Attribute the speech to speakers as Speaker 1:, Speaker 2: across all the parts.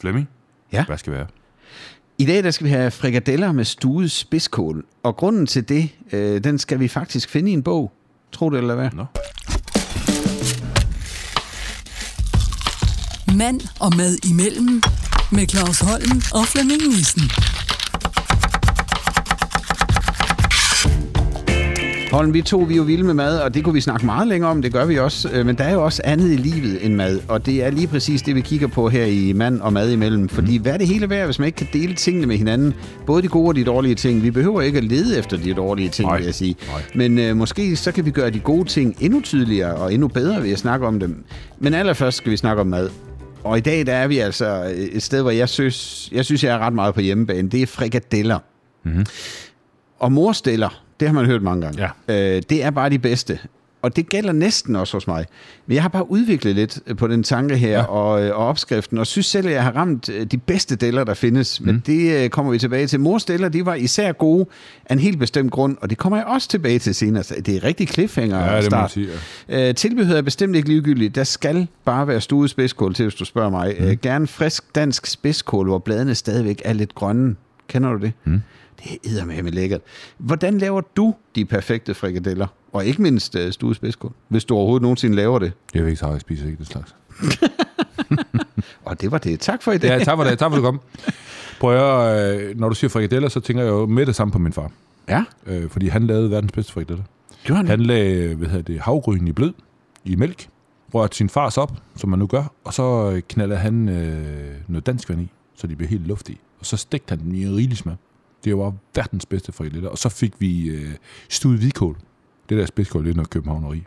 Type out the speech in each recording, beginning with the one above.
Speaker 1: Flemming,
Speaker 2: Ja.
Speaker 1: hvad skal være?
Speaker 2: I dag der skal vi have frikadeller med stuet spidskål, og grunden til det, øh, den skal vi faktisk finde i en bog. Tro det eller hvad?
Speaker 1: Nå.
Speaker 3: Mand og mad imellem med Claus Holm og Flemming Nissen.
Speaker 2: Holm, vi to vi er jo vilde med mad, og det kunne vi snakke meget længere om, det gør vi også. Øh, Men der er jo også andet i livet end mad, og det er lige præcis det, vi kigger på her i Mand og Mad imellem. Fordi hvad er det hele værd, hvis man ikke kan dele tingene med hinanden? Både de gode og de dårlige ting. Vi behøver ikke at lede efter de dårlige ting,
Speaker 1: Nej.
Speaker 2: vil jeg sige.
Speaker 1: Nej.
Speaker 2: Men øh, måske så kan vi gøre de gode ting endnu tydeligere og endnu bedre ved at snakke om dem. Men allerførst skal vi snakke om mad. Og i dag der er vi altså et sted, hvor jeg synes, jeg, synes, jeg er ret meget på hjemmebane. Det er frikadeller. Og morsteller, det har man hørt mange gange. Ja. Øh, det er bare de bedste. Og det gælder næsten også hos mig. Men jeg har bare udviklet lidt øh, på den tanke her ja. og, øh, og opskriften, og synes selv, at jeg har ramt øh, de bedste deller, der findes. Men det øh, kommer vi tilbage til. Morsteller, de var især gode af en helt bestemt grund, og det kommer jeg også tilbage til senere. Så Det er rigtig cliffhanger
Speaker 1: Ja, det må
Speaker 2: start.
Speaker 1: man sige,
Speaker 2: Øh, tilbehøret er bestemt ikke ligegyldigt. Der skal bare være stuet spidskål til, hvis du spørger mig. Mm. Øh, gerne frisk dansk spidskål, hvor bladene stadigvæk er lidt grønne. Kender du det? Mm. Det er med lækkert. Hvordan laver du de perfekte frikadeller? Og ikke mindst øh, stuet spidskål, hvis du overhovedet nogensinde laver det.
Speaker 1: Jeg vil ikke så jeg spiser ikke den slags.
Speaker 2: Og det var det. Tak for i dag.
Speaker 1: Ja, tak for det. Tak for, at du kom. Prøv at høre, øh, når du siger frikadeller, så tænker jeg jo med det samme på min far.
Speaker 2: ja.
Speaker 1: Øh, fordi han lavede verdens bedste frikadeller.
Speaker 2: Gjorde han det?
Speaker 1: Han lagde hvad hedder det, havgryn i blød, i mælk, rørte sin fars op, som man nu gør, og så øh, knaldede han øh, noget dansk vand i, så de blev helt luftige. Og så stegte han dem i rigelig smør. Det var verdens bedste frikadeller. Og så fik vi øh, stuet hvidkål. Det der spidskål, det er noget københavneri.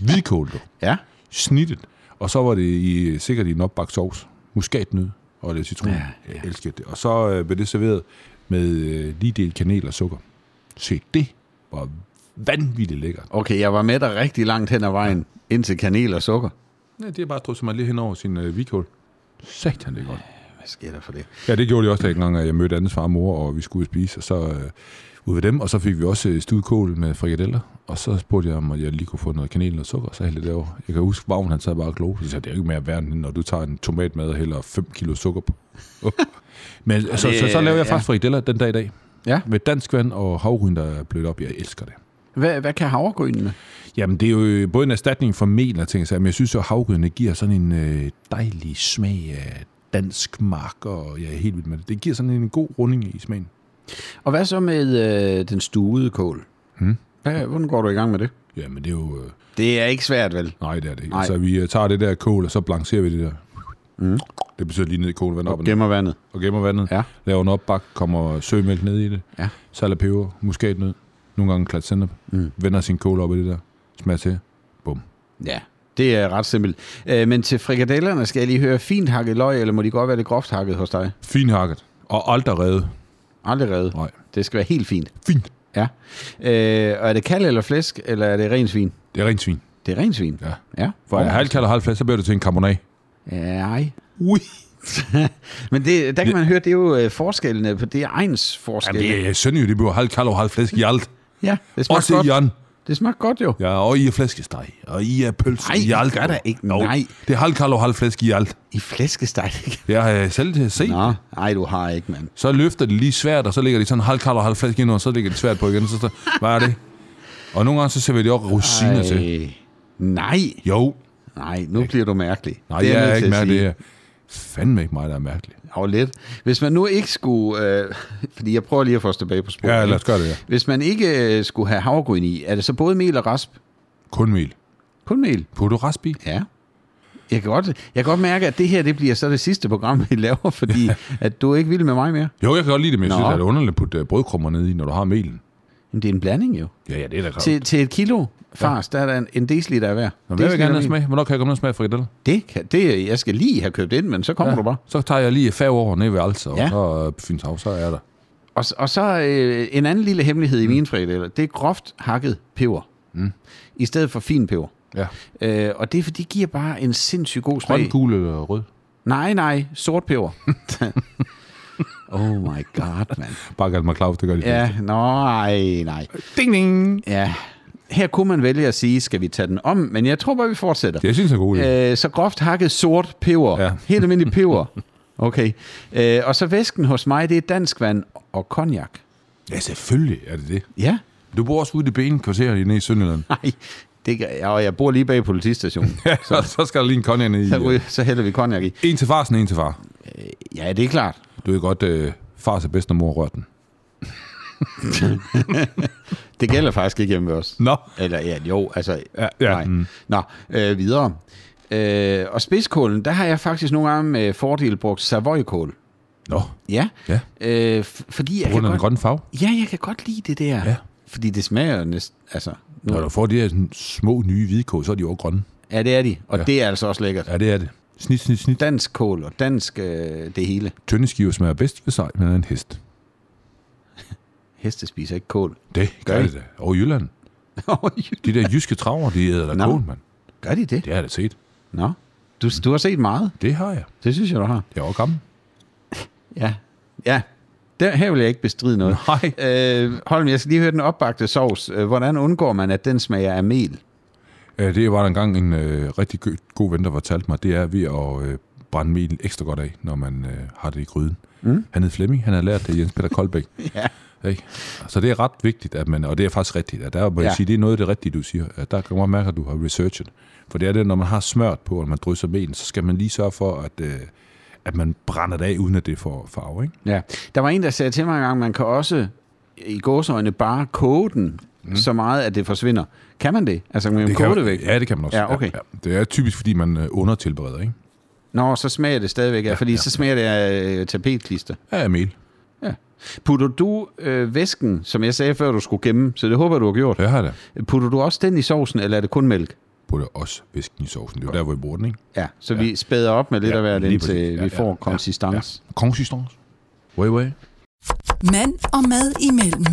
Speaker 1: Hvidkål, du.
Speaker 2: Ja.
Speaker 1: Snittet. Og så var det i, sikkert i en opbagt sovs. Muskatnød og lidt citron. Ja, ja. Jeg elskede det. Og så øh, blev det serveret med øh, lige del kanel og sukker. Se, det var vanvittigt lækkert.
Speaker 2: Okay, jeg var med dig rigtig langt hen ad vejen, indtil kanel og sukker.
Speaker 1: Ja, det er bare drysset mig lige hen over sin øh, vikål. Satan, det er godt.
Speaker 2: Hvad sker der for det?
Speaker 1: Ja, det gjorde de også dengang, at jeg mødte andens far og mor, og vi skulle ud at spise, og så øh, ud ved dem, og så fik vi også øh, stuet kål med frikadeller, og så spurgte jeg, om at jeg lige kunne få noget kanel og sukker, så hældte jeg det over. Jeg kan huske, Vagn, han sad bare og glod, så sagde, jeg, det er jo ikke mere værd, end når du tager en tomatmad og hælder 5 kilo sukker på. Men så, så, så, så laver jeg
Speaker 2: ja.
Speaker 1: faktisk frikadeller den dag i dag.
Speaker 2: Ja.
Speaker 1: Med dansk vand og havryn, der er blødt op. Jeg elsker det.
Speaker 2: Hvad, hvad kan havregrynene?
Speaker 1: Jamen, det er jo øh, både en erstatning for mel og ting, så, men jeg synes jo, at havgrynene giver sådan en øh, dejlig smag af dansk mark, og jeg er helt vild med det. Det giver sådan en god runding i smagen.
Speaker 2: Og hvad så med øh, den stuede kål?
Speaker 1: Hmm.
Speaker 2: Hvad, hvordan går du i gang med det?
Speaker 1: Jamen, det er jo... Øh,
Speaker 2: Mm. Det er ikke svært, vel?
Speaker 1: nej, det er det ikke.
Speaker 2: Nej.
Speaker 1: Altså, vi øh, tager det der kål, og så blancerer vi det der. Mm. Det betyder lige ned i kålvandet op og, ned,
Speaker 2: Gemmer vandet.
Speaker 1: og gemmer vandet.
Speaker 2: Ja.
Speaker 1: Laver en opbak, kommer sømælk ned i det.
Speaker 2: Ja.
Speaker 1: Salt og peber, muskatnød, nogle gange klat sennep. Mm. Vender sin kål op i det der. Smager til. Bum.
Speaker 2: Ja, det er ret simpelt. Øh, men til frikadellerne skal jeg lige høre, fint hakket løg, eller må de godt være lidt groft hakket hos dig?
Speaker 1: Finhakket. Og aldrig revet.
Speaker 2: Aldrig reddet.
Speaker 1: Nej.
Speaker 2: Det skal være helt fint.
Speaker 1: Fint.
Speaker 2: Ja. Øh, og er det kald eller flæsk, eller er det ren svin?
Speaker 1: Det er rent svin.
Speaker 2: Det er ren svin.
Speaker 1: Ja.
Speaker 2: ja.
Speaker 1: For oh. halv kald og halv flaske, så bliver det til en carbonat.
Speaker 2: Ja, ej.
Speaker 1: Ui.
Speaker 2: Men det, der kan man høre, det er jo øh, forskellene, på det er egens
Speaker 1: Jamen,
Speaker 2: forskelle.
Speaker 1: det er sønderjyde, det bliver halv kald og halv flaske i alt.
Speaker 2: Ja, det
Speaker 1: Også
Speaker 2: smager
Speaker 1: i
Speaker 2: godt.
Speaker 1: Jan.
Speaker 2: Det smager godt jo.
Speaker 1: Ja, og I er flæskesteg, og I er pølse
Speaker 2: Nej,
Speaker 1: i alt.
Speaker 2: det gør der ikke.
Speaker 1: Jo,
Speaker 2: Nej.
Speaker 1: Det er halv kald og halv flaske i alt.
Speaker 2: I flæskesteg.
Speaker 1: Jeg har øh, selv set.
Speaker 2: Nå, ej, du har ikke, mand.
Speaker 1: Så løfter de lige svært, og så ligger de sådan halv kald og halv flaske ind, og så ligger de svært på igen. Så, så hvad er det? Og nogle gange så serverer de også rosiner til.
Speaker 2: Ej. Nej,
Speaker 1: Jo,
Speaker 2: nej, nu bliver du mærkelig.
Speaker 1: nej,
Speaker 2: Det
Speaker 1: det er jeg er
Speaker 2: nødt til
Speaker 1: ikke
Speaker 2: at
Speaker 1: mærke det
Speaker 2: sige.
Speaker 1: her. Fandme ikke mig, der er mærkelig.
Speaker 2: Og lidt. Hvis man nu ikke skulle... Øh, fordi jeg prøver lige at få os tilbage på sporet.
Speaker 1: Ja, lad os gøre det, ja.
Speaker 2: Hvis man ikke øh, skulle have havregryn i, er det så både mel og rasp?
Speaker 1: Kun mel.
Speaker 2: Kun mel?
Speaker 1: Putter rasp i?
Speaker 2: Ja. Jeg kan, godt, jeg kan godt mærke, at det her det bliver så det sidste program, vi laver, fordi at du er ikke vil med mig mere.
Speaker 1: Jo, jeg kan godt lide det, men jeg
Speaker 2: Nå.
Speaker 1: synes, at det er underligt at putte øh, brødkrummer ned i, når du har melen.
Speaker 2: Men det er en blanding jo.
Speaker 1: Ja, ja, det er da klart.
Speaker 2: Til, til et kilo fars, ja. der er der en, en deciliter af hver.
Speaker 1: Nå, men jeg vil gerne have
Speaker 2: Deciliter
Speaker 1: smag. Hvornår kan jeg komme ned og smage frikadeller?
Speaker 2: vin. Det, kan, det, jeg skal lige have købt ind, men så kommer ja. du bare.
Speaker 1: Så tager jeg lige fag over ned ved Alts, og
Speaker 2: Ja.
Speaker 1: ja. så øh, Fyns Hav, så er jeg der.
Speaker 2: Og, s- og så øh, en anden lille hemmelighed i mine frikadeller, det er groft hakket peber. Mm. I stedet for fin peber.
Speaker 1: Ja.
Speaker 2: Øh, og det er, fordi det giver bare en sindssygt god smag.
Speaker 1: Grøn, gul eller rød.
Speaker 2: Nej, nej, sort peber. oh my god, mand.
Speaker 1: Bare kald mig Claus, det gør de fleste.
Speaker 2: Ja, nej, nej.
Speaker 1: Ding, ding.
Speaker 2: Ja, her kunne man vælge at sige, skal vi tage den om, men jeg tror bare, vi fortsætter.
Speaker 1: Det synes jeg er god. Ja.
Speaker 2: Øh, så groft hakket sort peber.
Speaker 1: Ja.
Speaker 2: Helt almindelig peber. Okay. Øh, og så væsken hos mig, det er dansk vand og cognac.
Speaker 1: Ja, selvfølgelig er det det.
Speaker 2: Ja.
Speaker 1: Du bor også ude i det benkvarter nede i Sønderland.
Speaker 2: Nej, det gør jeg, og jeg bor lige bag politistationen.
Speaker 1: så, så skal der lige en konjak ned i.
Speaker 2: Så,
Speaker 1: øh,
Speaker 2: ryger- så hælder vi cognac i.
Speaker 1: En til farsen, en til far.
Speaker 2: Ja, det er klart.
Speaker 1: Du ved godt, øh, fars er bedst, når mor rører den.
Speaker 2: Det gælder faktisk ikke hjemme ved os.
Speaker 1: Nå.
Speaker 2: Eller ja, jo, altså
Speaker 1: Ja,
Speaker 2: ja,
Speaker 1: ja,
Speaker 2: ja, nej.
Speaker 1: mm.
Speaker 2: Mm. Nå, øh, videre. Øh, og spidskålen, der har jeg faktisk nogle gange med fordel brugt savoykål.
Speaker 1: Nå,
Speaker 2: Ja,
Speaker 1: ja.
Speaker 2: øh, f- fordi jeg
Speaker 1: På grund af den
Speaker 2: kan godt,
Speaker 1: grønne farve.
Speaker 2: ja, jeg kan godt lide det der.
Speaker 1: Ja.
Speaker 2: Fordi det smager jo næsten, altså,
Speaker 1: Når
Speaker 2: nu,
Speaker 1: du får de her sådan, små nye hvidkål, så er de jo grønne.
Speaker 2: ja, det er de. Og ja. det er altså også lækkert.
Speaker 1: Ja, det er det. Snit, snit, snit.
Speaker 2: Dansk kål og dansk øh, det hele.
Speaker 1: Tynde skiver smager bedst ved sig, men er en hest.
Speaker 2: Heste spiser ikke kål.
Speaker 1: Det gør
Speaker 2: Gør
Speaker 1: det
Speaker 2: I?
Speaker 1: da. Og i Jylland. De der jyske traver, de æder da
Speaker 2: Nå.
Speaker 1: kål, mand.
Speaker 2: Gør de det?
Speaker 1: Det har jeg da set.
Speaker 2: Nå, du, du har set meget.
Speaker 1: Det har jeg.
Speaker 2: Det synes jeg, du har.
Speaker 1: Jeg var gammel.
Speaker 2: Ja. Ja. Der, her vil jeg ikke bestride noget.
Speaker 1: Nej.
Speaker 2: Øh, Holm, jeg skal lige høre den opbagte sovs. Øh, Hvordan undgår man, at den smager af mel?
Speaker 1: Øh, Det var der engang en øh, rigtig gø- god ven, der fortalte mig, det er ved at øh, brænde mel ekstra godt af, når man øh, har det i gryden. Mm. Han hed Flemming, han har lært det af Jens Peter Koldbæk.
Speaker 2: Ja.
Speaker 1: Ikke? Så det er ret vigtigt, at man, og det er faktisk rigtigt, at der må jeg
Speaker 2: Ja.
Speaker 1: sige, det er noget af det rigtige, du siger. At der kan man mærke, at du har researchet. For det er det, når man har smørt på, og man drysser melen, så skal man lige sørge for, at, øh, at man brænder det af, uden at det får farve. Ikke?
Speaker 2: Ja. Der var en, der sagde til mig engang, man kan også i gåseøjne bare koge den mm. så meget, at det forsvinder. Kan man det? Altså, kan man det koge
Speaker 1: kan,
Speaker 2: det væk?
Speaker 1: Ja, det kan man også.
Speaker 2: Ja, okay.
Speaker 1: ja, ja. Det er typisk, fordi man øh, undertilbereder, ikke?
Speaker 2: Nå, så smager det stadigvæk af, ja, fordi ja. så smager det af øh, tapetklister.
Speaker 1: Ja, mel.
Speaker 2: Ja. Putter du øh, væsken, som jeg sagde før, du skulle gemme, så det håber jeg, du har gjort.
Speaker 1: Det har jeg da.
Speaker 2: Putter du også den i sovsen, eller er det kun mælk?
Speaker 1: Putter også væsken i sovsen. Det er jo der, hvor vi bruger den, ikke?
Speaker 2: Ja, så ja. vi spæder op med lidt
Speaker 1: Ja,
Speaker 2: ja, af hvert,
Speaker 1: lige
Speaker 2: indtil
Speaker 1: præcis.
Speaker 2: vi
Speaker 1: Ja, ja,
Speaker 2: får
Speaker 1: ja,
Speaker 2: konsistens.
Speaker 1: Konsistens. Way, way.
Speaker 3: Mand og mad imellem.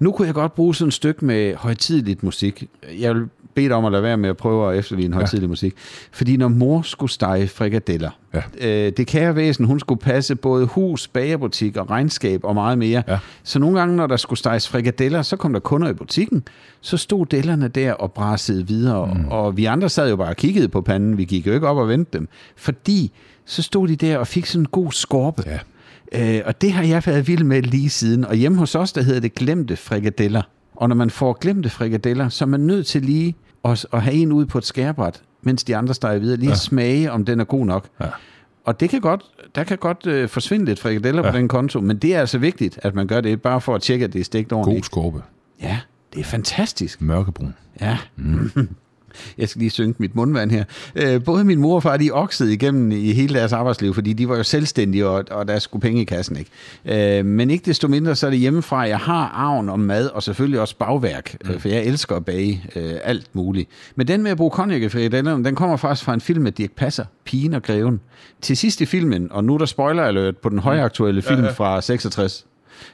Speaker 2: Nu kunne jeg godt bruge sådan et stykke med højtidligt musik. Jeg vil bede dig om at lade være med at prøve at efterligne højtidlig musik. Fordi når mor skulle stege frikadeller,
Speaker 1: Ja.
Speaker 2: øh, det kære væsen, hun skulle passe både hus, bagerbutik og regnskab og meget mere.
Speaker 1: Ja.
Speaker 2: Så nogle gange, når der skulle steges frikadeller, så kom der kunder i butikken, så stod dellerne der og brassede videre, mm. og vi andre sad jo bare og kiggede på panden, vi gik jo ikke op og vendte dem, fordi så stod de der og fik sådan en god skorpe.
Speaker 1: Ja.
Speaker 2: Øh, og det har jeg været vild med lige siden. Og hjemme hos os, der hedder det glemte frikadeller. Og når man får glemte frikadeller, så er man nødt til lige at, at have en ud på et skærbræt, mens de andre steger videre. Lige ja. smage, om den er god nok. Ja. Og det kan godt, der kan godt øh, forsvinde lidt frikadeller ja. på den konto, men det er altså vigtigt, at man gør det, bare for at tjekke, at det er stegt
Speaker 1: God
Speaker 2: ordentligt.
Speaker 1: skorpe.
Speaker 2: Ja, det er fantastisk.
Speaker 1: Mørkebrun.
Speaker 2: Ja. Mm. Jeg skal lige synke mit mundvand her. Øh, både min mor og far, de oksede igennem i hele deres arbejdsliv, fordi de var jo selvstændige, og, og der skulle penge i kassen, ikke? Øh, men ikke desto mindre, så er det hjemmefra, jeg har arven om mad, og selvfølgelig også bagværk, mm. for jeg elsker at bage øh, alt muligt. Men den med at bruge konjak i frikadellerne, den kommer faktisk fra en film med Dirk Passer, Pigen og Greven. Til sidst i filmen, og nu er der spoiler alert på den højaktuelle film fra 66,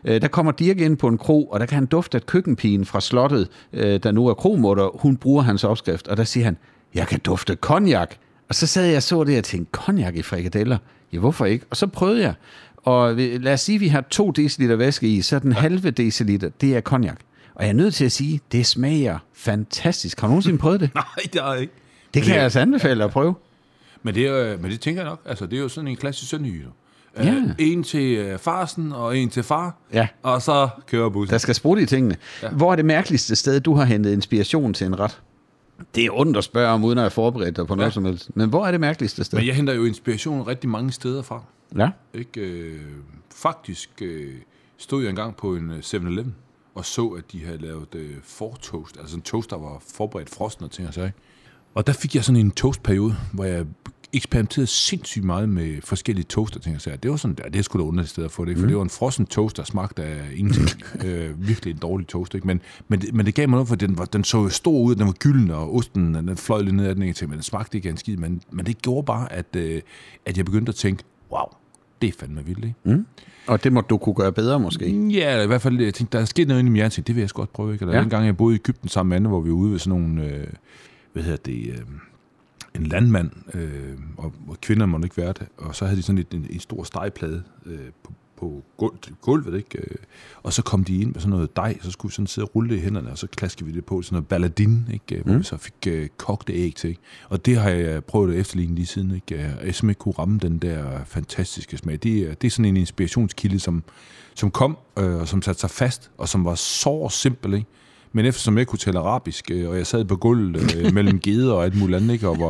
Speaker 2: Øh, Der kommer Dirk ind på en kro, og der kan han dufte, at køkkenpigen fra slottet, øh, der nu er kromutter, hun bruger hans opskrift, og der siger han, jeg kan dufte konjak. Og så sad jeg og så det, og tænkte, konjak i frikadeller? Ja, hvorfor ikke? Og så prøvede jeg, og vi- lad os sige, at vi har 2 dl væske i, så den halve deciliter, det er konjak. Og jeg er nødt til at sige, det smager fantastisk. Har du nogensinde prøvet det?
Speaker 1: Nej, det er ikke.
Speaker 2: Det kan jeg altså anbefale at prøve.
Speaker 1: Men det, er, øh, men det tænker jeg nok. Altså, det er jo sådan en klassisk sønderjyde.
Speaker 2: Ja.
Speaker 1: Øh, en til øh, farsen, og en til far.
Speaker 2: Ja.
Speaker 1: Og så kører bussen.
Speaker 2: Der skal sprut i tingene. Ja. Hvor er det mærkeligste sted, du har hentet inspiration til en ret? Det er ondt at spørge om, uden at jeg forberedt dig på noget
Speaker 1: Ja.
Speaker 2: ja. som helst. Men hvor er det mærkeligste sted?
Speaker 1: Men jeg henter jo inspiration rigtig mange steder fra.
Speaker 2: Ja.
Speaker 1: Ikke? Øh, faktisk øh, stod jeg engang på en øh, 7-Eleven og så, at de havde lavet øh, fortoast, altså en toast, der var forberedt frosten og ting og sager. ikke? Og der fik jeg sådan en toastperiode, hvor jeg eksperimenterede sindssygt meget med forskellige toaster, ting og sager. Det var sådan, ja, det skulle da underligt sted at få det, ikke? for det var en frossen toast, der smagte af ingenting. øh, virkelig en dårlig toast, ikke? Men, men, det, men det gav mig noget, for den, var, den så jo stor ud, den var gylden, og osten den den fløj lidt ned ad den, ikke? Jeg tænkte, men den smagte ikke af en skid, men, men det gjorde bare, at, øh, at jeg begyndte at tænke, wow, det er fandme vildt, ikke?
Speaker 2: Og det må du kunne gøre bedre måske.
Speaker 1: Ja, eller i hvert fald, jeg tænkte, der er sket noget inde i min hjerne, jeg tænkte, det vil jeg sgu godt prøve, ikke? Og der ja.
Speaker 2: Ja.
Speaker 1: en gang, jeg boede i Ægypten sammen med andre, hvor vi var ude ved sådan nogle, øh, hvad hedder det, øh, en landmand, øh, og, og kvinder måtte ikke være det, og så havde de sådan et, en, en stor stegeplade øh, på, på gulvet, gulvet ikke? Øh, Og så kom de ind med sådan noget dej, så skulle vi sådan sidde og rulle det i hænderne, og så klaskede vi det på i sådan noget balladin, ikke? Øh, Hvor mm. vi så fik øh, kogte æg til, ikke? Og det har jeg prøvet at efterligne lige siden, ikke? Øh, Jeg har simpelthen ikke kunne ramme den der fantastiske smag. Det, er- det er sådan en inspirationskilde, som, som kom, øh, og som satte sig fast, og som var så simpel, ikke? Men eftersom jeg ikke kunne tale arabisk, øh, og jeg sad på gulvet øh, mellem geder og alt muligt andet, ikke? og hvor,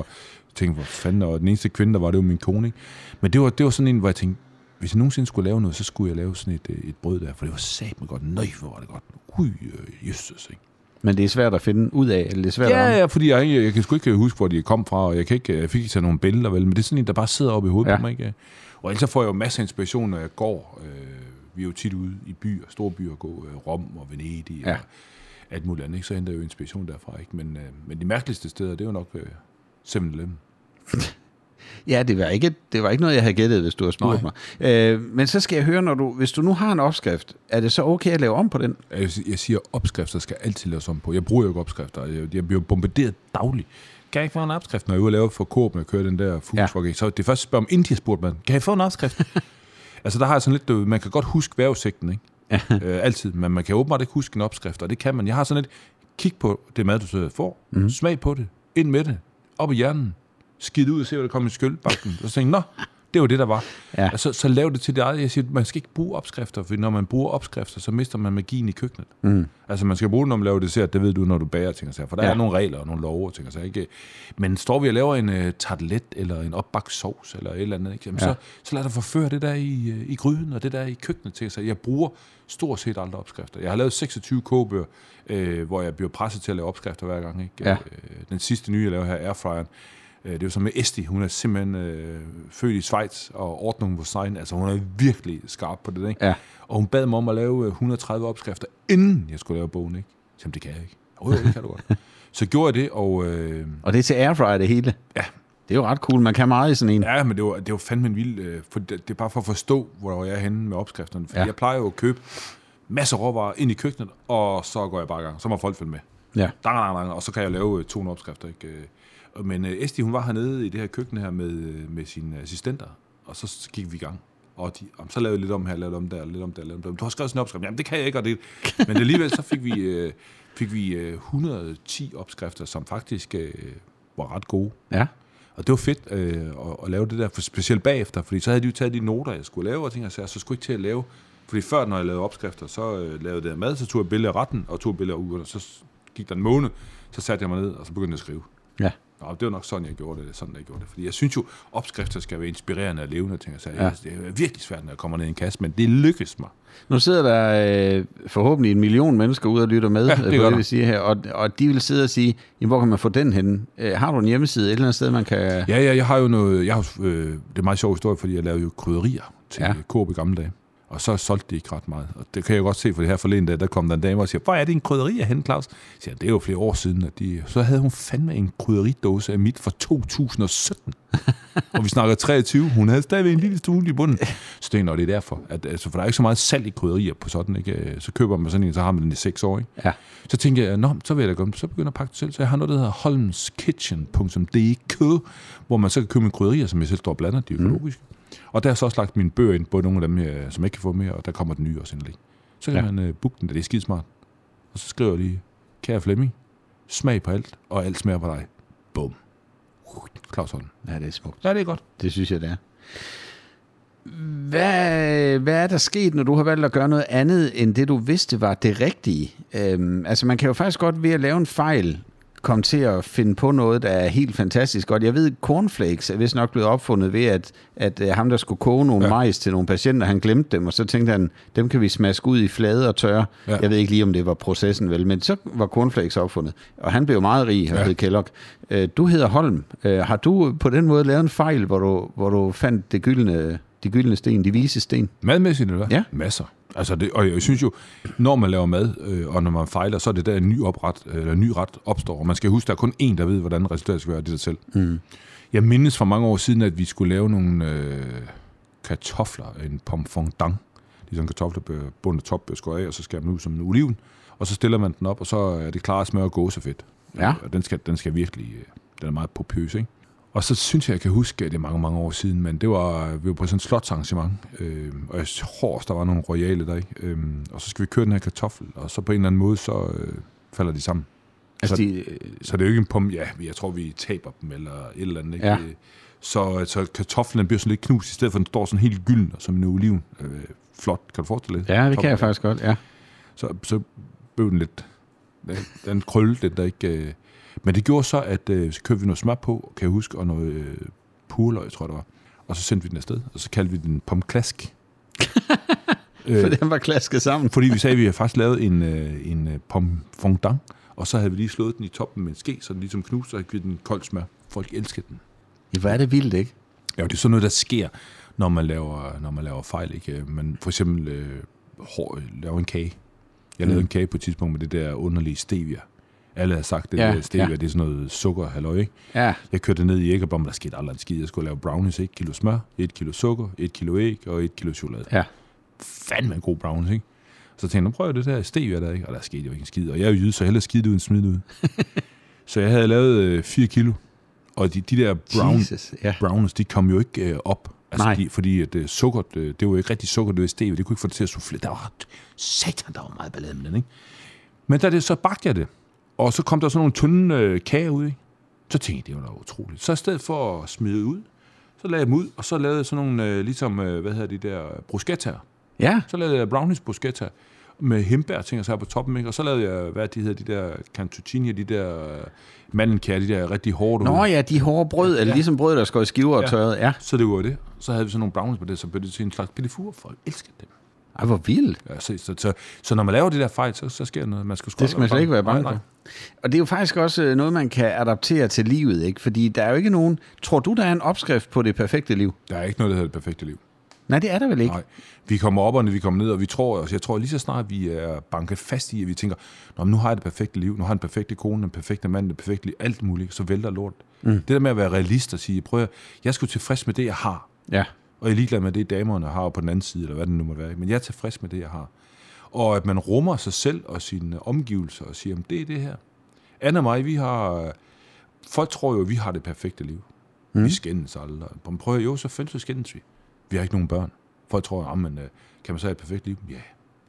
Speaker 1: jeg tænkte, hvor fanden, og den eneste kvinde, der var, det var min kone. Ikke? Men det var, det var sådan en, hvor jeg tænkte, hvis jeg nogensinde skulle lave noget, så skulle jeg lave sådan et, øh, et brød der, for det var satme godt. Nøj, hvor var det godt. Ui, øh, jøsses, ikke?
Speaker 2: Men det er svært at finde ud af, eller det er svært at
Speaker 1: Ja,
Speaker 2: ramme.
Speaker 1: ja, fordi jeg, jeg, jeg kan sgu ikke øh, huske, hvor de kom fra, og jeg, kan ikke, øh, jeg fik ikke tage nogle billeder, vel, men det er sådan en, der bare sidder oppe i hovedet
Speaker 2: Ja.
Speaker 1: ja. på mig. Ikke? Og ellers så får jeg jo masser af inspiration, når jeg går. Øh, vi er jo tit ude i byer, store byer, og gå øh, Rom og Venedig
Speaker 2: Ja.
Speaker 1: ja. og alt muligt andet, ikke? så henter jeg jo inspiration derfra. Ikke? Men, øh, men de mærkeligste steder, det er jo nok øh, 7-Eleven.
Speaker 2: Ja, det var, ikke, det var ikke noget, jeg havde gættet, hvis du havde spurgt Nej.
Speaker 1: Nej.
Speaker 2: mig. Øh, men så skal jeg høre, når du, hvis du nu har en opskrift, er det så okay at lave om på den?
Speaker 1: Jeg vil- jeg siger, opskrifter skal altid laves om på. Jeg bruger jo ikke opskrifter. Jeg, jeg bliver bombarderet dagligt. Kan jeg ikke få en opskrift? Når jeg er ude og lave for Coop, når jeg kører den der food
Speaker 2: Ja.
Speaker 1: truck, ja. så det første spørger om India spurgte man, kan jeg få en opskrift? altså der har jeg sådan lidt, du ved, man kan godt huske vejrudsigten, ikke? øh, altid, men man kan åbenbart ikke huske en opskrift, og det kan man. Jeg har sådan lidt, kig på det mad, du sidder og får, mm. smag på det, ind med det, op i hjernen, skid ud og se, hvad der kommer i skølbakken, og så tænker nå, det var det, der var.
Speaker 2: Ja.
Speaker 1: Ja. Altså, så lav det til det eget. Jeg siger, man skal ikke bruge opskrifter, for når man bruger opskrifter, så mister man magien i køkkenet. Mm. Altså, man skal bruge det, når man laver dessert, det ved du, når du bager, ting og sager, for der
Speaker 2: Ja.
Speaker 1: ja. er nogle regler og nogle love, og ting og sager, ikke? Men står vi og laver en uh, tartelet, eller en opbagt sovs, eller et eller andet, ikke? Jamen,
Speaker 2: Ja.
Speaker 1: ja. så, så lad dig forføre det der i, øh, i gryden, og det der i køkkenet til sig. Jeg bruger stort set aldrig opskrifter. Jeg har lavet 26 kogebøger, øh, hvor jeg bliver presset til at lave opskrifter hver gang, ikke?
Speaker 2: Ja.
Speaker 1: Øh, den sidste nye, jeg laver her, Airfryeren, øh, det er jo så med Esti. Hun er simpelthen øh, født i Schweiz og ordnung på sign. Altså, hun er virkelig skarp på det, ikke?
Speaker 2: Ja.
Speaker 1: Og hun bad mig om at lave øh, 130 opskrifter, inden jeg skulle lave bogen, ikke? Så Jamen, det kan jeg ikke. Åh, jo, det kan du godt. Så gjorde jeg det, og... Øh,
Speaker 2: Og det er til airfryer det hele?
Speaker 1: Ja.
Speaker 2: Det er jo ret cool, man kan meget i sådan en.
Speaker 1: Ja, men det var, det var fandme en vild... Øh, for det, det er bare for at forstå, hvor jeg er henne med opskrifterne. Fordi
Speaker 2: Ja.
Speaker 1: ja. jeg plejer jo at købe masser af råvarer ind i køkkenet, og så går jeg bare i gang. Så må folk følge med.
Speaker 2: Ja.
Speaker 1: Dang, dang, dang, og så kan jeg lave øh, 200 opskrifter. Ikke? Øh, og- Men øh, Esti, hun var hernede i det her køkken her med, øh, med sine assistenter, og så gik vi i gang. Og de, om, så lavede jeg lidt om her, lavede om der, lidt om der, lidt om der. Du har skrevet sådan en opskrift. Jamen, det kan jeg ikke. Og det. Men alligevel så fik vi, øh, fik vi øh, 110 opskrifter, som faktisk øh, var ret gode.
Speaker 2: Ja.
Speaker 1: Og det var fedt øh, at, at lave det der, for specielt bagefter, fordi så havde de jo taget de noter, jeg skulle lave, og tænkte, "Altså, så jeg så skulle jeg ikke til at lave. Fordi før, når jeg lavede opskrifter, så øh, lavede jeg mad, så tog jeg billeder af retten, og tog billeder af ugerne, så s- gik der en måned, så satte jeg mig ned, og så begyndte jeg at skrive.
Speaker 2: ja.
Speaker 1: Nå, det var nok sådan, jeg gjorde det, sådan jeg gjorde det. Fordi jeg synes jo, opskrifter skal være inspirerende og levende, tænker jeg. Så
Speaker 2: Ja.
Speaker 1: ja. Det er virkelig svært, når jeg kommer ned i en kasse, men det lykkedes mig.
Speaker 2: Nu sidder der øh, forhåbentlig en million mennesker ude og lytter med
Speaker 1: Ja, det gør
Speaker 2: øh, på det,
Speaker 1: der.
Speaker 2: vi siger her, og, og de vil sidde og sige, jamen, hvor kan man få den henne? Øh, har du en hjemmeside et eller andet sted, man kan... Ja.
Speaker 1: Ja, ja, jeg har jo noget, jeg har, jo, øh, det er en meget sjov historie, fordi jeg lavede jo krydderier til
Speaker 2: Ja.
Speaker 1: ja. Coop i gamle dage. Og så solgte de ikke ret meget. Og det kan jeg godt se, for det her forleden dag, der kom der en dame og siger, hvor er din krydderier henne, Claus? Så siger, jeg, det er jo flere år siden. At de, så havde hun fandme en krydderidåse af mit fra 2017. og vi snakker 23. Hun havde stadigvæk en lille stue i bunden. Så tænkte jeg, "Nå, det er derfor. At, altså, for der er ikke så meget salg i krydderier på sådan. Ikke? Så køber man sådan en, så har man den i seks år. Ikke?
Speaker 2: Ja.
Speaker 1: Så tænkte jeg, Nå, så vil jeg da gå, så begynder jeg at pakke det selv. Så jeg har noget, der hedder holmskitchen.dk, hvor man så kan købe mine krydderier, som jeg selv står og blander, de er økologiske. Mm. Og der har jeg så også lagt mine bøger ind på nogle af dem, jeg, som jeg ikke kan få mere, og der kommer den nye også endelig. Så kan
Speaker 2: Ja.
Speaker 1: ja. man uh, booke den, det er skidesmart. Og så skriver jeg lige, kære Flemming, smag på alt, og alt smager på dig. Bum. Claus Holm.
Speaker 2: ja, det er smukt.
Speaker 1: Ja, det er godt.
Speaker 2: Det synes jeg, det er. Hvad, hvad er der sket, når du har valgt at gøre noget andet, end det du vidste var det rigtige? Øhm, altså man kan jo faktisk godt ved at lave en fejl, komme til at finde på noget, der er helt fantastisk godt. Jeg ved, cornflakes er vist nok blevet opfundet ved, at, at øh, ham, der skulle koge nogle ja.
Speaker 1: Ja.
Speaker 2: majs til nogle patienter, han glemte dem, og så tænkte han, dem kan vi smaske ud i flade og tørre. Ja.
Speaker 1: Ja.
Speaker 2: Jeg ved ikke lige, om det var processen vel, men så var cornflakes opfundet. Og han blev meget rig, og ja.
Speaker 1: Ja.
Speaker 2: hed Kellogg. Øh, Du hedder Holm. Øh, Har du på den måde lavet en fejl, hvor du, hvor du fandt det gyldne, de gyldne sten, de vise sten?
Speaker 1: Madmæssigt, eller hvad?
Speaker 2: Ja.
Speaker 1: Masser. Altså det, og jeg synes jo, når man laver mad, øh, og når man fejler, så er det der en ny, opret, øh, eller en ny ret opstår. Og man skal huske, der er kun én, der ved, hvordan resultatet skal være, og det er dig selv. Mm. Jeg mindes for mange år siden, at vi skulle lave nogle øh, kartofler, en pomfondant. Det er sådan en kartofler, bliver- bund og top bliver skåret af, og så skærer man ud som en oliven. Og så stiller man den op, og så er det klar smør og gåsefedt.
Speaker 2: Ja.
Speaker 1: Og den skal, den skal virkelig, øh, den er meget popøs, ikke? Og så synes jeg, jeg kan huske, at det er mange, mange år siden, men det var, vi var på sådan et slotsarrangement, øh, og jeg tror, der var nogle royale der, ikke? Øh, og så skal vi køre den her kartoffel, og så på en eller anden måde, så øh, falder de sammen.
Speaker 2: Altså,
Speaker 1: Så-
Speaker 2: de,
Speaker 1: Øh, Så det er jo ikke en pom, ja, jeg tror, vi taber dem eller et eller andet. Ikke? Øh,
Speaker 2: Ja.
Speaker 1: Så, så kartoflen den bliver sådan lidt knust, i stedet for at den står sådan helt gylden, og som en oliven. Øh, flot, kan du forestille dig?
Speaker 2: ja, det kan
Speaker 1: Toppen.
Speaker 2: jeg faktisk godt, ja.
Speaker 1: Så, så blev den lidt, den, den krølle, den der ikke... Øh. Men det gjorde så, at øh, så købte vi noget smør på, kan jeg huske, og noget øh, purløg, tror jeg det var. Og så sendte vi den afsted, og så kaldte vi den pomklask. øh,
Speaker 2: For den var klasket sammen.
Speaker 1: fordi vi sagde, at vi havde faktisk lavet en, øh, en øh, pomme fondant, og så havde vi lige slået den i toppen med en ske, så den ligesom knuste, og havde givet den koldt smør. Folk elskede den.
Speaker 2: Ja, hvor er det vildt, ikke?
Speaker 1: Ja, og det er sådan noget, der sker, når man laver, når man laver fejl. Ikke? Man for eksempel øh, hår, laver en kage. Jeg lavede en kage på et tidspunkt med det der underlige stevia. Alle har sagt, det
Speaker 2: Ja,
Speaker 1: ja, der stevia,
Speaker 2: ja.
Speaker 1: ja. det er sådan noget sukker, halløj, ikke?
Speaker 2: Ja,
Speaker 1: Jeg kørte ned i æggebom, der skete aldrig en skid. Jeg skulle lave brownies, 1 kilo smør, 1 kilo sukker, 1 kilo æg og 1 kilo chokolade
Speaker 2: ja.
Speaker 1: fandme en god brownies, ikke? Så tænkte jeg, nu prøver jeg det der stevia der, ikke? Og der skete jo ikke en skid. Og jeg er jo jyde, så hellere skidt ud end smidt ud. så jeg havde lavet øh, 4 kilo. Og de, de der brown,
Speaker 2: Jesus, ja.
Speaker 1: brownies, de kom jo ikke øh, op.
Speaker 2: Nej.
Speaker 1: Altså, de, fordi at, øh, sukker, øh, det var jo ikke rigtig sukker, det var stevia. Det kunne ikke få det til at soufflere. Der var satan, der var meget ballade med den, ikke? Men da det så bagte jeg det, og så kom der sådan nogle tynde øh, kager ud, ikke? Så tænkte jeg, det var da utroligt. Så i stedet for at smide ud, så lagde jeg dem ud, og så lavede jeg sådan nogle, øh, ligesom, øh, hvad hedder de der, bruschettaer.
Speaker 2: Ja,
Speaker 1: Så lavede jeg brownies bruschetta med hembær, ting og så her på toppen, ikke? Og så lavede jeg, hvad de hedder, de der cantuccini, de der øh, mandelkager, de der rigtig hårde.
Speaker 2: Nå
Speaker 1: derude.
Speaker 2: ja, de hårde brød, eller ligesom brød, der skal i skiver og
Speaker 1: Ja.
Speaker 2: tørret. Ja.
Speaker 1: Så det var det. Så havde vi sådan nogle brownies på det, så blev det til en slags pillefur. Folk elskede dem.
Speaker 2: Ej, hvor vildt.
Speaker 1: Ja, så, så, så, så, når man laver det der fejl, så, så sker der noget. Man skal sgu
Speaker 2: Det skal
Speaker 1: aldrig
Speaker 2: man slet ikke være bange
Speaker 1: Nej,
Speaker 2: for.
Speaker 1: nej.
Speaker 2: Og det er jo faktisk også øh, noget, man kan adaptere til livet, ikke? Fordi der er jo ikke nogen... Tror du, der er en opskrift på det perfekte liv?
Speaker 1: Der er ikke noget, der hedder det perfekte liv.
Speaker 2: Nej, det er der vel ikke.
Speaker 1: Nej. Vi kommer op, og vi kommer ned, og vi tror, altså, jeg tror lige så snart, vi er banket fast i, at vi tænker, Nå, men nu har jeg det perfekte liv, nu har jeg den perfekte kone, den perfekte mand, det perfekte liv, alt muligt, så vælter lort. Mm. Det der med at være realist og sige, prøv at, jeg skulle tilfreds med det, jeg har,
Speaker 2: Ja.
Speaker 1: og jeg er ligeglad med det, damerne har på den anden side, eller hvad det nu måtte være, men jeg er tilfreds med det, jeg har. Og at man rummer sig selv og sine omgivelser og siger, "Jamen, det er det her. Anna og mig, vi har... Folk tror jo, at vi har det perfekte liv. Mm. Vi skændes aldrig. Men prøv at jo, selvfølgelig så skændes vi. Vi har ikke nogen børn. Folk tror, at man, kan man så have et perfekt liv? Ja,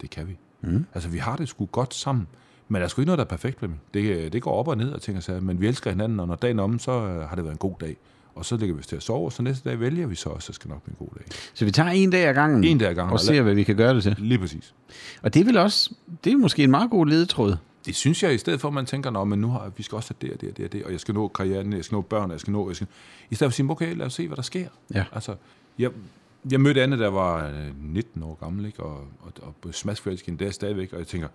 Speaker 1: det kan vi. Mm. Altså, vi har det sgu godt sammen. Men der er sgu ikke noget, der er perfekt ved mig. Det, det går op og ned og tænker sig, men vi elsker hinanden, og når dagen er omme, så øh, har det været en god dag. Og så ligger vi os til at sove, og så næste dag vælger vi så også, at det skal nok blive en god dag.
Speaker 2: Så vi tager en dag ad gangen.
Speaker 1: En dag ad gangen,
Speaker 2: Og
Speaker 1: og
Speaker 2: ser, hvad vi kan gøre det til.
Speaker 1: Lige præcis.
Speaker 2: Og det er vel også... Det er måske en meget god ledetråd.
Speaker 1: Det synes jeg, i stedet for, at man tænker, Nå, men nu har, vi skal også have det og det og det og det, og jeg skal nå karrieren, jeg skal nå børn, jeg skal nå... Jeg skal... I stedet for at sige, okay, lad os se, hvad der sker.
Speaker 2: Ja.
Speaker 1: Altså, jeg, jeg mødte Anne, der var øh, 19 år gammel, ikke? og, og, og blev smaskforelsket en dag stadigvæk, og jeg tænker,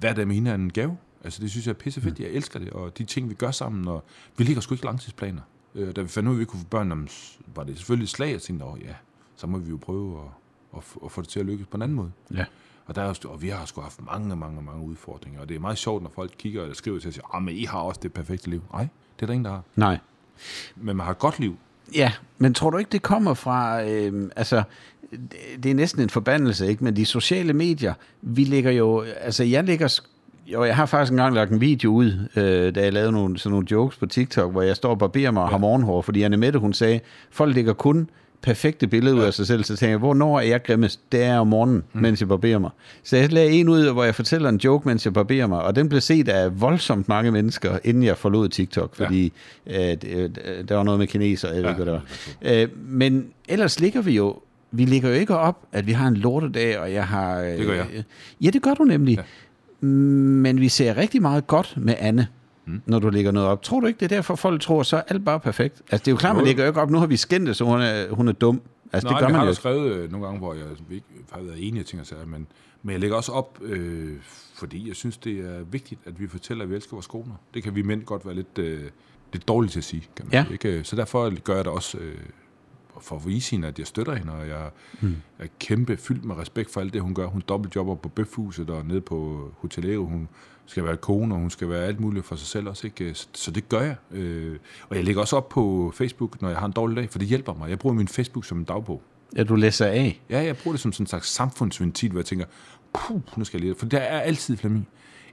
Speaker 1: hvad er det med hende er en gave? Altså, det synes jeg er pissefedt, jeg elsker det, og de ting, vi gør sammen, og vi ligger sgu ikke langtidsplaner. Øh, da vi fandt ud af, at vi kunne få børn, jamen, s- var det selvfølgelig et slag, og tænkte, "Nå, ja, så må vi jo prøve at, at, f- at få det til at lykkes på en anden måde.
Speaker 2: Ja.
Speaker 1: Og, der er, jo st- og vi har sgu haft mange, mange, mange udfordringer. Og det er meget sjovt, når folk kigger eller skriver til os, at "Ah, men I har også det perfekte liv. Nej, det er der ingen, der har.
Speaker 2: Nej.
Speaker 1: Men man har et godt liv.
Speaker 2: Ja, men tror du ikke, det kommer fra... Øh, altså, det- det er næsten en forbandelse, ikke? Men de sociale medier, vi lægger jo... Altså, jeg lægger... sk- Jo, jeg har faktisk engang lagt en video ud, øh, da jeg lavede nogle, sådan nogle jokes på TikTok, hvor jeg står og barberer mig og har morgenhår, fordi Anne Mette, hun sagde, folk lægger kun perfekte billeder ud af sig selv, så tænker jeg, hvornår er jeg grimmest? Det er om morgenen, mm. mens jeg barberer mig. Så jeg lagde en ud, hvor jeg fortæller en joke, mens jeg barberer mig, og den blev set af voldsomt mange mennesker, inden jeg forlod TikTok, fordi ja. øh, d- øh, der var noget med kineser, jeg ved ikke, hvad det var. Øh, men ellers ligger vi jo, vi ligger jo ikke op, at vi har en lortedag, og jeg har... Øh,
Speaker 1: Det gør jeg.
Speaker 2: øh, Ja, det gør du nemlig. Ja. Men vi ser rigtig meget godt med Anne, mm. når du lægger noget op. Tror du ikke, det er derfor, folk tror, så er alt bare perfekt? Altså, det er jo klart, man
Speaker 1: Jo.
Speaker 2: lægger jo ikke op. Nu har vi skændt, så hun er, hun er dum. Altså,
Speaker 1: Nej,
Speaker 2: det gør
Speaker 1: jeg
Speaker 2: man
Speaker 1: har
Speaker 2: jo
Speaker 1: da
Speaker 2: ikke.
Speaker 1: skrevet øh, nogle gange, hvor jeg ikke har været enig i ting og sager, men, men jeg lægger også op, øh, fordi jeg synes, det er vigtigt, at vi fortæller, at vi elsker vores koner. Det kan vi mænd godt være lidt, øh, lidt dårlige til at sige, kan man
Speaker 2: Ja.
Speaker 1: sige, ikke? Så derfor gør jeg det også øh, for at vise hende, at jeg støtter hende, og jeg mm. er kæmpe fyldt med respekt for alt det, hun gør. Hun dobbeltjobber på bøfhuset og nede på hotellet. Hun skal være kone, og hun skal være alt muligt for sig selv også. Ikke? Så, så det gør jeg. Øh, og jeg lægger også op på Facebook, når jeg har en dårlig dag, for det hjælper mig. Jeg bruger min Facebook som en dagbog.
Speaker 2: Ja, du læser af.
Speaker 1: Ja, jeg bruger det som sådan en slags samfundsventil, hvor jeg tænker, puh, nu skal jeg lige... For der er altid, Flemming,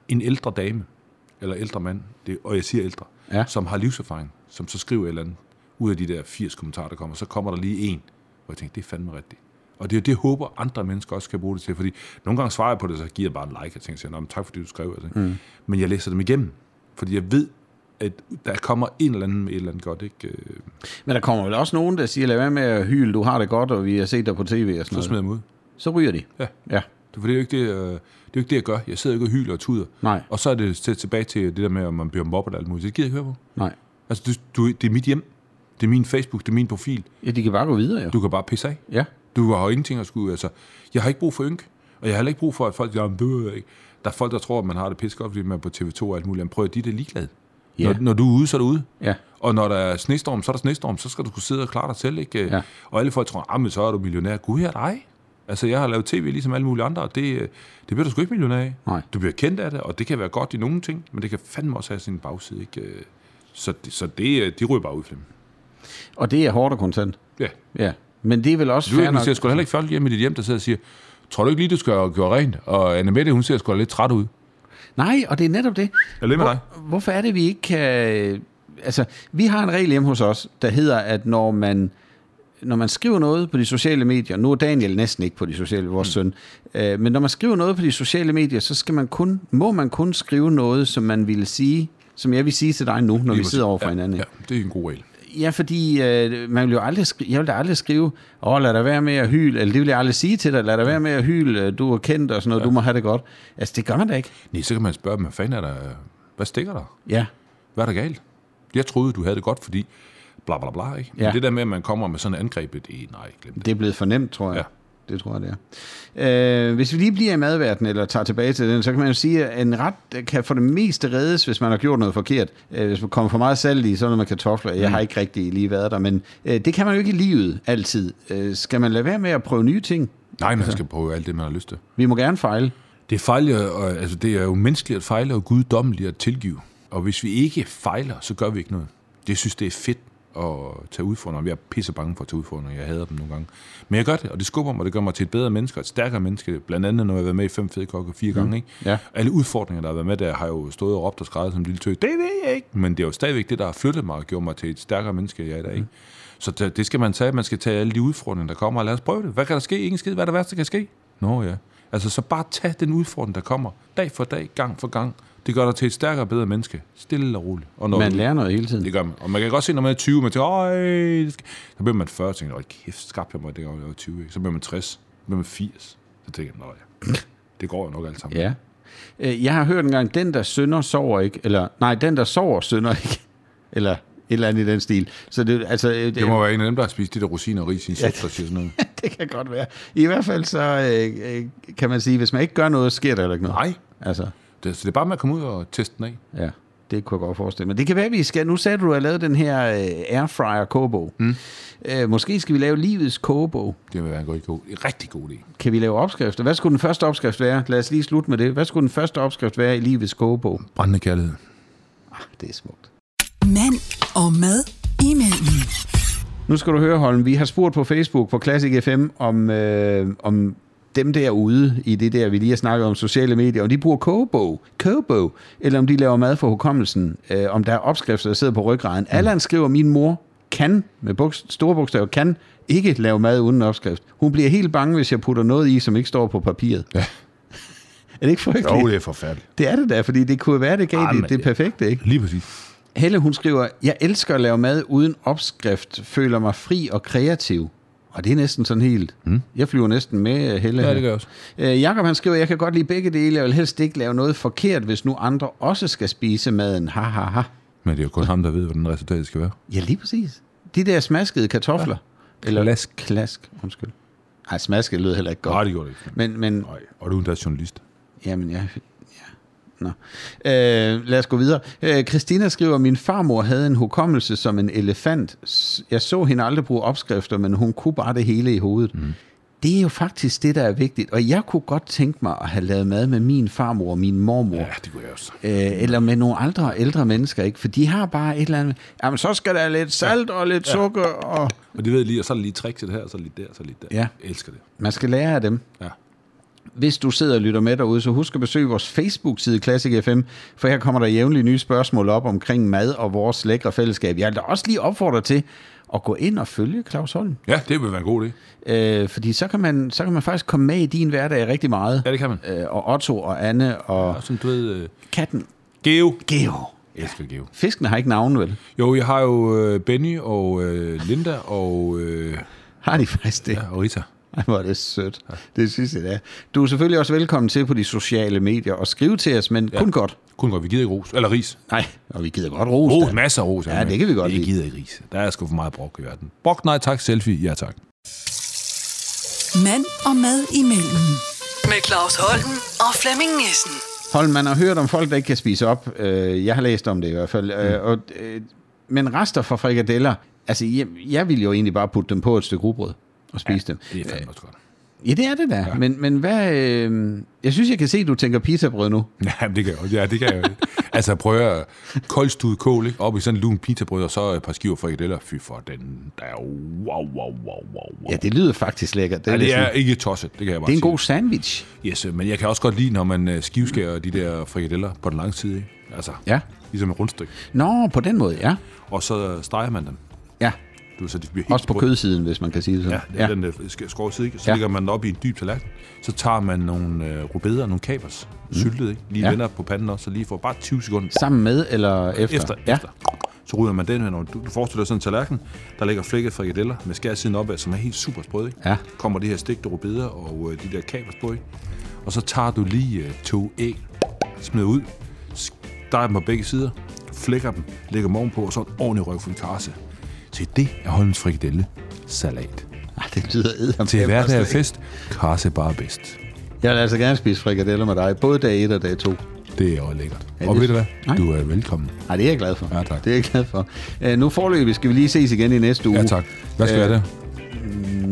Speaker 1: en ældre dame, eller ældre mand, det, og jeg siger ældre,
Speaker 2: Ja.
Speaker 1: som har livserfaring, som så skriver et eller andet. ud af de der 80 kommentarer, der kommer, så kommer der lige en, hvor jeg tænker, det er fandme rigtigt. Og det er jo det, jeg håber, andre mennesker også kan bruge det til, fordi nogle gange svarer jeg på det, så giver jeg bare en like, og tænker, Nå, men tak fordi du skrev. Altså. Mm. Men jeg læser dem igennem, fordi jeg ved, at der kommer en eller anden med et eller andet godt. Ikke? Øh,
Speaker 2: Men der kommer vel også nogen, der siger, lad være med at hyle, du har det godt, og vi har set dig på tv og
Speaker 1: Så
Speaker 2: sådan
Speaker 1: smider
Speaker 2: noget.
Speaker 1: jeg dem ud.
Speaker 2: Så ryger de.
Speaker 1: Ja.
Speaker 2: Ja.
Speaker 1: Det, for det er jo ikke det, øh, det, er jo ikke det jeg gør. Jeg sidder jo ikke og hyler og tuder.
Speaker 2: Nej.
Speaker 1: Og så er det til- tilbage til det der med, om man bliver mobbet og alt muligt. Det gider jeg ikke høre på.
Speaker 2: Nej.
Speaker 1: Altså, du, du, det er mit hjem. Det er min Facebook, det er min profil.
Speaker 2: Ja, de kan bare gå videre, jo.
Speaker 1: Du kan bare pisse af.
Speaker 2: Ja.
Speaker 1: Du har jo ingenting at skulle... Altså, jeg har ikke brug for ynk, og jeg har heller ikke brug for, at folk... Jamen, du ved ikke. Der er folk, der tror, at man har det pisse godt, fordi man er på TV2 og alt muligt. Men prøv at de er da ligeglade.
Speaker 2: Ja.
Speaker 1: Når, når, du er ude, så er du ude.
Speaker 2: Ja.
Speaker 1: Og når der er snestorm, så er der snestorm, så skal du kunne sidde og klare dig selv, ikke?
Speaker 2: Ja.
Speaker 1: Og alle folk tror, ah, men så er du millionær. Gud, jeg er dig. Altså, jeg har lavet tv ligesom alle mulige andre, og det, øh, det bliver du sgu ikke millionær af.
Speaker 2: Nej.
Speaker 1: Du bliver kendt af det, og det kan være godt i nogle ting, men det kan fandme også have sin bagside, ikke? Øh, Så, det, så det, øh, de ryger bare ud for dem.
Speaker 2: Og det er hårdt og kontant.
Speaker 1: Ja.
Speaker 2: Ja. Men det er vel også
Speaker 1: Du
Speaker 2: fair nok.
Speaker 1: inviterer sgu da heller ikke folk hjem i dit hjem, der sidder og siger, tror du ikke lige, du skal gøre rent? Og Anne Mette, hun ser sgu da lidt træt ud.
Speaker 2: Nej, og det er netop det.
Speaker 1: Jeg er lidt med dig.
Speaker 2: Hvorfor er det, vi ikke kan... Altså, vi har en regel hjemme hos os, der hedder, at når man, når man skriver noget på de sociale medier, nu er Daniel næsten ikke på de sociale, vores mm. søn, øh, men når man skriver noget på de sociale medier, så skal man kun, må man kun skrive noget, som man ville sige, som jeg vil sige til dig nu, når vi
Speaker 1: præcis.
Speaker 2: sidder over for
Speaker 1: ja,
Speaker 2: hinanden.
Speaker 1: Ja, det er en god regel.
Speaker 2: Ja, fordi øh, man vil jo aldrig skri- jeg vil da aldrig skrive, åh, oh, lad dig være med at hyle, eller det vil jeg aldrig sige til dig, lad dig være med at hyle, øh, du er kendt og sådan noget, ja. du må have det godt. Altså, det gør man da ikke.
Speaker 1: Nej, så kan man spørge dem, hvad fanden er der? Hvad stikker der?
Speaker 2: Ja,
Speaker 1: Hvad er der galt? Jeg troede, du havde det godt, fordi bla bla bla, ikke? Men
Speaker 2: Ja.
Speaker 1: det der med, at man kommer med sådan et angreb, det, nej, glem det.
Speaker 2: det er blevet for nemt, tror jeg.
Speaker 1: Ja.
Speaker 2: Det tror jeg, det er. Øh, hvis vi lige bliver i madverdenen, eller tager tilbage til den, så kan man jo sige, at en ret øh, kan for det meste reddes, hvis man har gjort noget forkert. Øh, hvis man kommer for meget salt i, så er det med kartofler. Jeg har ikke rigtig lige været der, men øh, det kan man jo ikke i livet altid. Øh, skal man lade være med at prøve nye ting?
Speaker 1: Nej, man skal prøve alt det, man har lyst til.
Speaker 2: Vi må gerne fejle.
Speaker 1: Det er, fejl, og, altså, det er jo menneskeligt at fejle, og guddommeligt at tilgive. Og hvis vi ikke fejler, så gør vi ikke noget. Jeg synes, det er fedt at tage udfordringer. Jeg er pisse bange for at tage udfordringer. Jeg hader dem nogle gange. Men jeg gør det, og det skubber mig, og det gør mig til et bedre menneske og et stærkere menneske. Blandt andet, når jeg har været med i Fem Fede Kokke fire gange. Ikke?
Speaker 2: Mm. Ja.
Speaker 1: Alle udfordringer, der har været med, der har jo stået og råbt og skrevet som en lille tøs. Det ved jeg ikke. Men det er jo stadigvæk det, der har flyttet mig og gjort mig til et stærkere menneske, jeg er i dag. Ikke?
Speaker 2: Mm.
Speaker 1: Så det det skal man tage. Man skal tage alle de udfordringer, der kommer, og lad os prøve det. Hvad kan der ske? Ingen skid. Hvad er det værste, der kan ske? Nå ja. Altså, så bare tag den udfordring, der kommer, dag for dag, gang for gang. Det gør dig til et stærkere og bedre menneske. Stille og roligt. Og når
Speaker 2: Man
Speaker 1: du-
Speaker 2: lærer noget hele tiden.
Speaker 1: det gør man. Og man kan godt se, når man er 20, man tænker, Øj, det skal... så bliver man 40, og tænker, "Øj, kæft, skabte jeg mig, det jeg var 20. Ikke? Så bliver man 60, så bliver man 80. Så tænker jeg, nå ja, det går jo nok alt sammen.
Speaker 2: Ja. Øh, Jeg har hørt engang, den der synder sover ikke, eller nej, den der sover synder ikke, eller et eller andet i den stil. Så det, altså, øh, det,
Speaker 1: Det må være en af dem, der har spist det der rosiner og ris i sin ja.
Speaker 2: Ja.
Speaker 1: søster, siger sådan noget.
Speaker 2: det kan godt være. I hvert fald så øh, øh, kan man sige, hvis man ikke gør noget, sker der heller ikke noget.
Speaker 1: Nej,
Speaker 2: Altså,
Speaker 1: det, så det er bare med at komme ud og teste den af.
Speaker 2: ja, det kunne jeg godt forestille mig. Det kan være, vi skal, nu sagde du, at du har lavet den her øh, airfryer kobo. Mm. Øh, måske skal vi lave livets kobo.
Speaker 1: Det vil være en god, god, en rigtig god idé.
Speaker 2: Kan vi lave opskrifter? Hvad skulle den første opskrift være? Lad os lige slutte med det. Hvad skulle den første opskrift være i livets kobo?
Speaker 1: Brændende kærlighed.
Speaker 2: Ah, det er smukt.
Speaker 3: Mand og mad imellem.
Speaker 2: Nu skal du høre, Holm, vi har spurgt på Facebook på Classic FM om, øh, om dem derude i det der, vi lige har snakket om sociale medier, om de bruger Kobo, Kobo eller om de laver mad for hukommelsen, øh, om der er opskrifter, der sidder på ryggraden. Mm. Allan skriver, min mor kan, med buks, store bogstaver, kan ikke lave mad uden en opskrift. Hun bliver helt bange, hvis jeg putter noget i, som ikke står på papiret.
Speaker 1: Ja.
Speaker 2: Er det ikke frygteligt?
Speaker 1: det er forfærdeligt.
Speaker 2: Det er det da, fordi det kunne være, det gav
Speaker 1: Ah, men
Speaker 2: det, det
Speaker 1: det-
Speaker 2: perfekte, ikke?
Speaker 1: Lige præcis.
Speaker 2: Helle, hun skriver, jeg elsker at lave mad uden opskrift, føler mig fri og kreativ. Og det er næsten sådan helt. Mm. Jeg flyver næsten med øh, Helle.
Speaker 1: Ja,
Speaker 2: her.
Speaker 1: det gør jeg også.
Speaker 2: Øh, Jakob han skriver, jeg kan godt lide begge dele. Jeg vil helst ikke lave noget forkert, hvis nu andre også skal spise maden. Ha, ha, ha.
Speaker 1: Men det er jo kun ham, der ved, hvordan resultatet skal være.
Speaker 2: Ja, lige præcis. De der smaskede kartofler. Ja. Eller
Speaker 1: Klask.
Speaker 2: Klask, undskyld. Ej, smasket lød heller ikke godt.
Speaker 1: Nej, det gjorde det ikke.
Speaker 2: Men, men
Speaker 1: Nej, og du er endda journalist.
Speaker 2: Jamen, ja. ja. Nå. Øh, lad os gå videre. Øh, Christina skriver, min farmor havde en hukommelse som en elefant. S- Jeg så hende aldrig bruge opskrifter, men hun kunne bare det hele i hovedet. Mm. Det er jo faktisk det, der er vigtigt. Og jeg kunne godt tænke mig at have lavet mad med min farmor og min mormor. Ja.
Speaker 1: Ja, det kunne jeg også.
Speaker 2: Øh, eller med nogle andre ældre mennesker, ikke? For de har bare et eller andet... Jamen, så skal der lidt salt og lidt sukker, og...
Speaker 1: Og det ved jeg lige, og så er der lige tricks til det her, og så er der lige der, og så er der lige der.
Speaker 2: Ja.
Speaker 1: Jeg elsker det.
Speaker 2: Man skal lære af dem.
Speaker 1: Ja.
Speaker 2: Hvis du sidder og lytter med derude, så husk at besøge vores Facebook-side Classic FM, for her kommer der jævnligt nye spørgsmål op omkring mad og vores lækre fællesskab. Jeg vil da også lige opfordre til at gå ind og følge Claus Holm,
Speaker 1: Ja, det vil være en god idé.
Speaker 2: øh, fordi så kan, man, så kan man faktisk komme med i din hverdag rigtig meget.
Speaker 1: Ja, det kan man.
Speaker 2: Øh, og Otto og Anne og
Speaker 1: Og sådan, du ved... Øh,
Speaker 2: katten
Speaker 1: Geo.
Speaker 2: Geo.
Speaker 1: Jeg elsker Geo.
Speaker 2: Fiskene har ikke navne, vel?
Speaker 1: Jo, jeg har jo øh, Benny og øh, Linda og, øh,
Speaker 2: Har de faktisk det?
Speaker 1: ja, og Rita.
Speaker 2: Ej, hvor er det sødt. Det synes jeg, det er. Du er selvfølgelig også velkommen til på de sociale medier og skrive til os, men ja. kun godt.
Speaker 1: Kun godt, vi gider ikke ros. Eller ris.
Speaker 2: Nej, og vi gider godt rose
Speaker 1: Ros,
Speaker 2: dig.
Speaker 1: masser af ros.
Speaker 2: Ja, det kan vi godt
Speaker 1: lide. Jeg
Speaker 2: lide.
Speaker 1: gider ikke ris. Der er sgu for meget brok i verden. Brok, nej tak. Selfie, ja tak.
Speaker 3: Mand og mad imellem. Med Claus Holm og Flemming Nissen.
Speaker 2: Hold, man har hørt om folk, der ikke kan spise op. Øh, Jeg har læst om det i hvert fald.
Speaker 1: Mm.
Speaker 2: Øh, Og, øh, men rester fra frikadeller, altså jeg, jeg ville jo egentlig bare putte dem på et stykke rugbrød og spise ja, dem.
Speaker 1: Det er fandme også godt.
Speaker 2: Ja, det er det da. Ja. Men, men hvad... Øh, jeg synes, jeg kan se, at du tænker pizzabrød nu.
Speaker 1: Ja, men det kan jeg jo. Ja, det kan jeg jo. altså, prøv at koldstudet kål, ikke? Op i sådan en lun pitabrød, og så et par skiver frikadeller. Fy for den der. Wow, wow, wow, wow, wow.
Speaker 2: Ja, det lyder faktisk lækkert. Det
Speaker 1: Ja,
Speaker 2: er,
Speaker 1: det
Speaker 2: næsten-
Speaker 1: er ikke tosset, det kan jeg bare
Speaker 2: det er en
Speaker 1: sige.
Speaker 2: god sandwich.
Speaker 1: Yes, øh, men jeg kan også godt lide, når man øh, skivskærer de der frikadeller på den lange side. ikke? Altså,
Speaker 2: Ja.
Speaker 1: ligesom et rundstykke.
Speaker 2: Nå, på den måde, ja.
Speaker 1: Og så steger man dem.
Speaker 2: Ja,
Speaker 1: Du, ved, så de bliver helt
Speaker 2: også på
Speaker 1: sprøde.
Speaker 2: kødsiden, hvis man kan sige det sådan.
Speaker 1: Ja, det er ja. den der sk- skrå side, ikke? Så
Speaker 2: Ja.
Speaker 1: ja. lægger man den op i en dyb tallerken. Så tager man nogle øh, rubeder og nogle kapers, mm. syltet, ikke? Lige
Speaker 2: Ja.
Speaker 1: ja. vender på panden også, så lige får bare 20 sekunder
Speaker 2: Sammen med eller efter?
Speaker 1: efter.
Speaker 2: ja.
Speaker 1: efter. Så ryger man den her. når Du, du forestiller dig sådan en tallerken, der ligger flækket frikadeller med skærsiden opad, som er helt super sprød, ikke?
Speaker 2: Ja.
Speaker 1: Kommer det her stegte rubeder og øh, de der kapers på, ikke? Og så tager du lige øh, to æg, smider ud, steger dem på begge sider, flækker dem, lægger dem ovenpå, og så en ordentlig røgfuld karse. Se, det er Holmens frikadelle salat.
Speaker 2: Ej, det lyder eddermame
Speaker 1: Til hverdag og
Speaker 2: også lidt.
Speaker 1: fest, karse bare er bedst.
Speaker 2: Jeg vil altså gerne spise frikadeller med dig, både dag 1 og dag 2.
Speaker 1: Det er også lækkert.
Speaker 2: Ja,
Speaker 1: og
Speaker 2: det-
Speaker 1: ved du hvad?
Speaker 2: Nej.
Speaker 1: Du er velkommen.
Speaker 2: Nej, det er jeg glad for.
Speaker 1: Ja, tak.
Speaker 2: Det er jeg glad for. Æ, nu forløbig skal vi lige ses igen i næste uge.
Speaker 1: Ja, tak. Hvad skal
Speaker 2: Øh,
Speaker 1: øh, jeg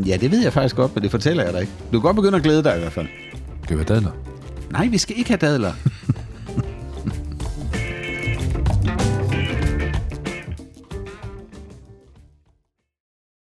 Speaker 1: det?
Speaker 2: Ja, det ved jeg faktisk godt, men det fortæller jeg dig ikke. Du kan godt begynde at glæde dig i hvert fald.
Speaker 1: Skal vi have dadler?
Speaker 2: Nej, vi skal ikke have dadler.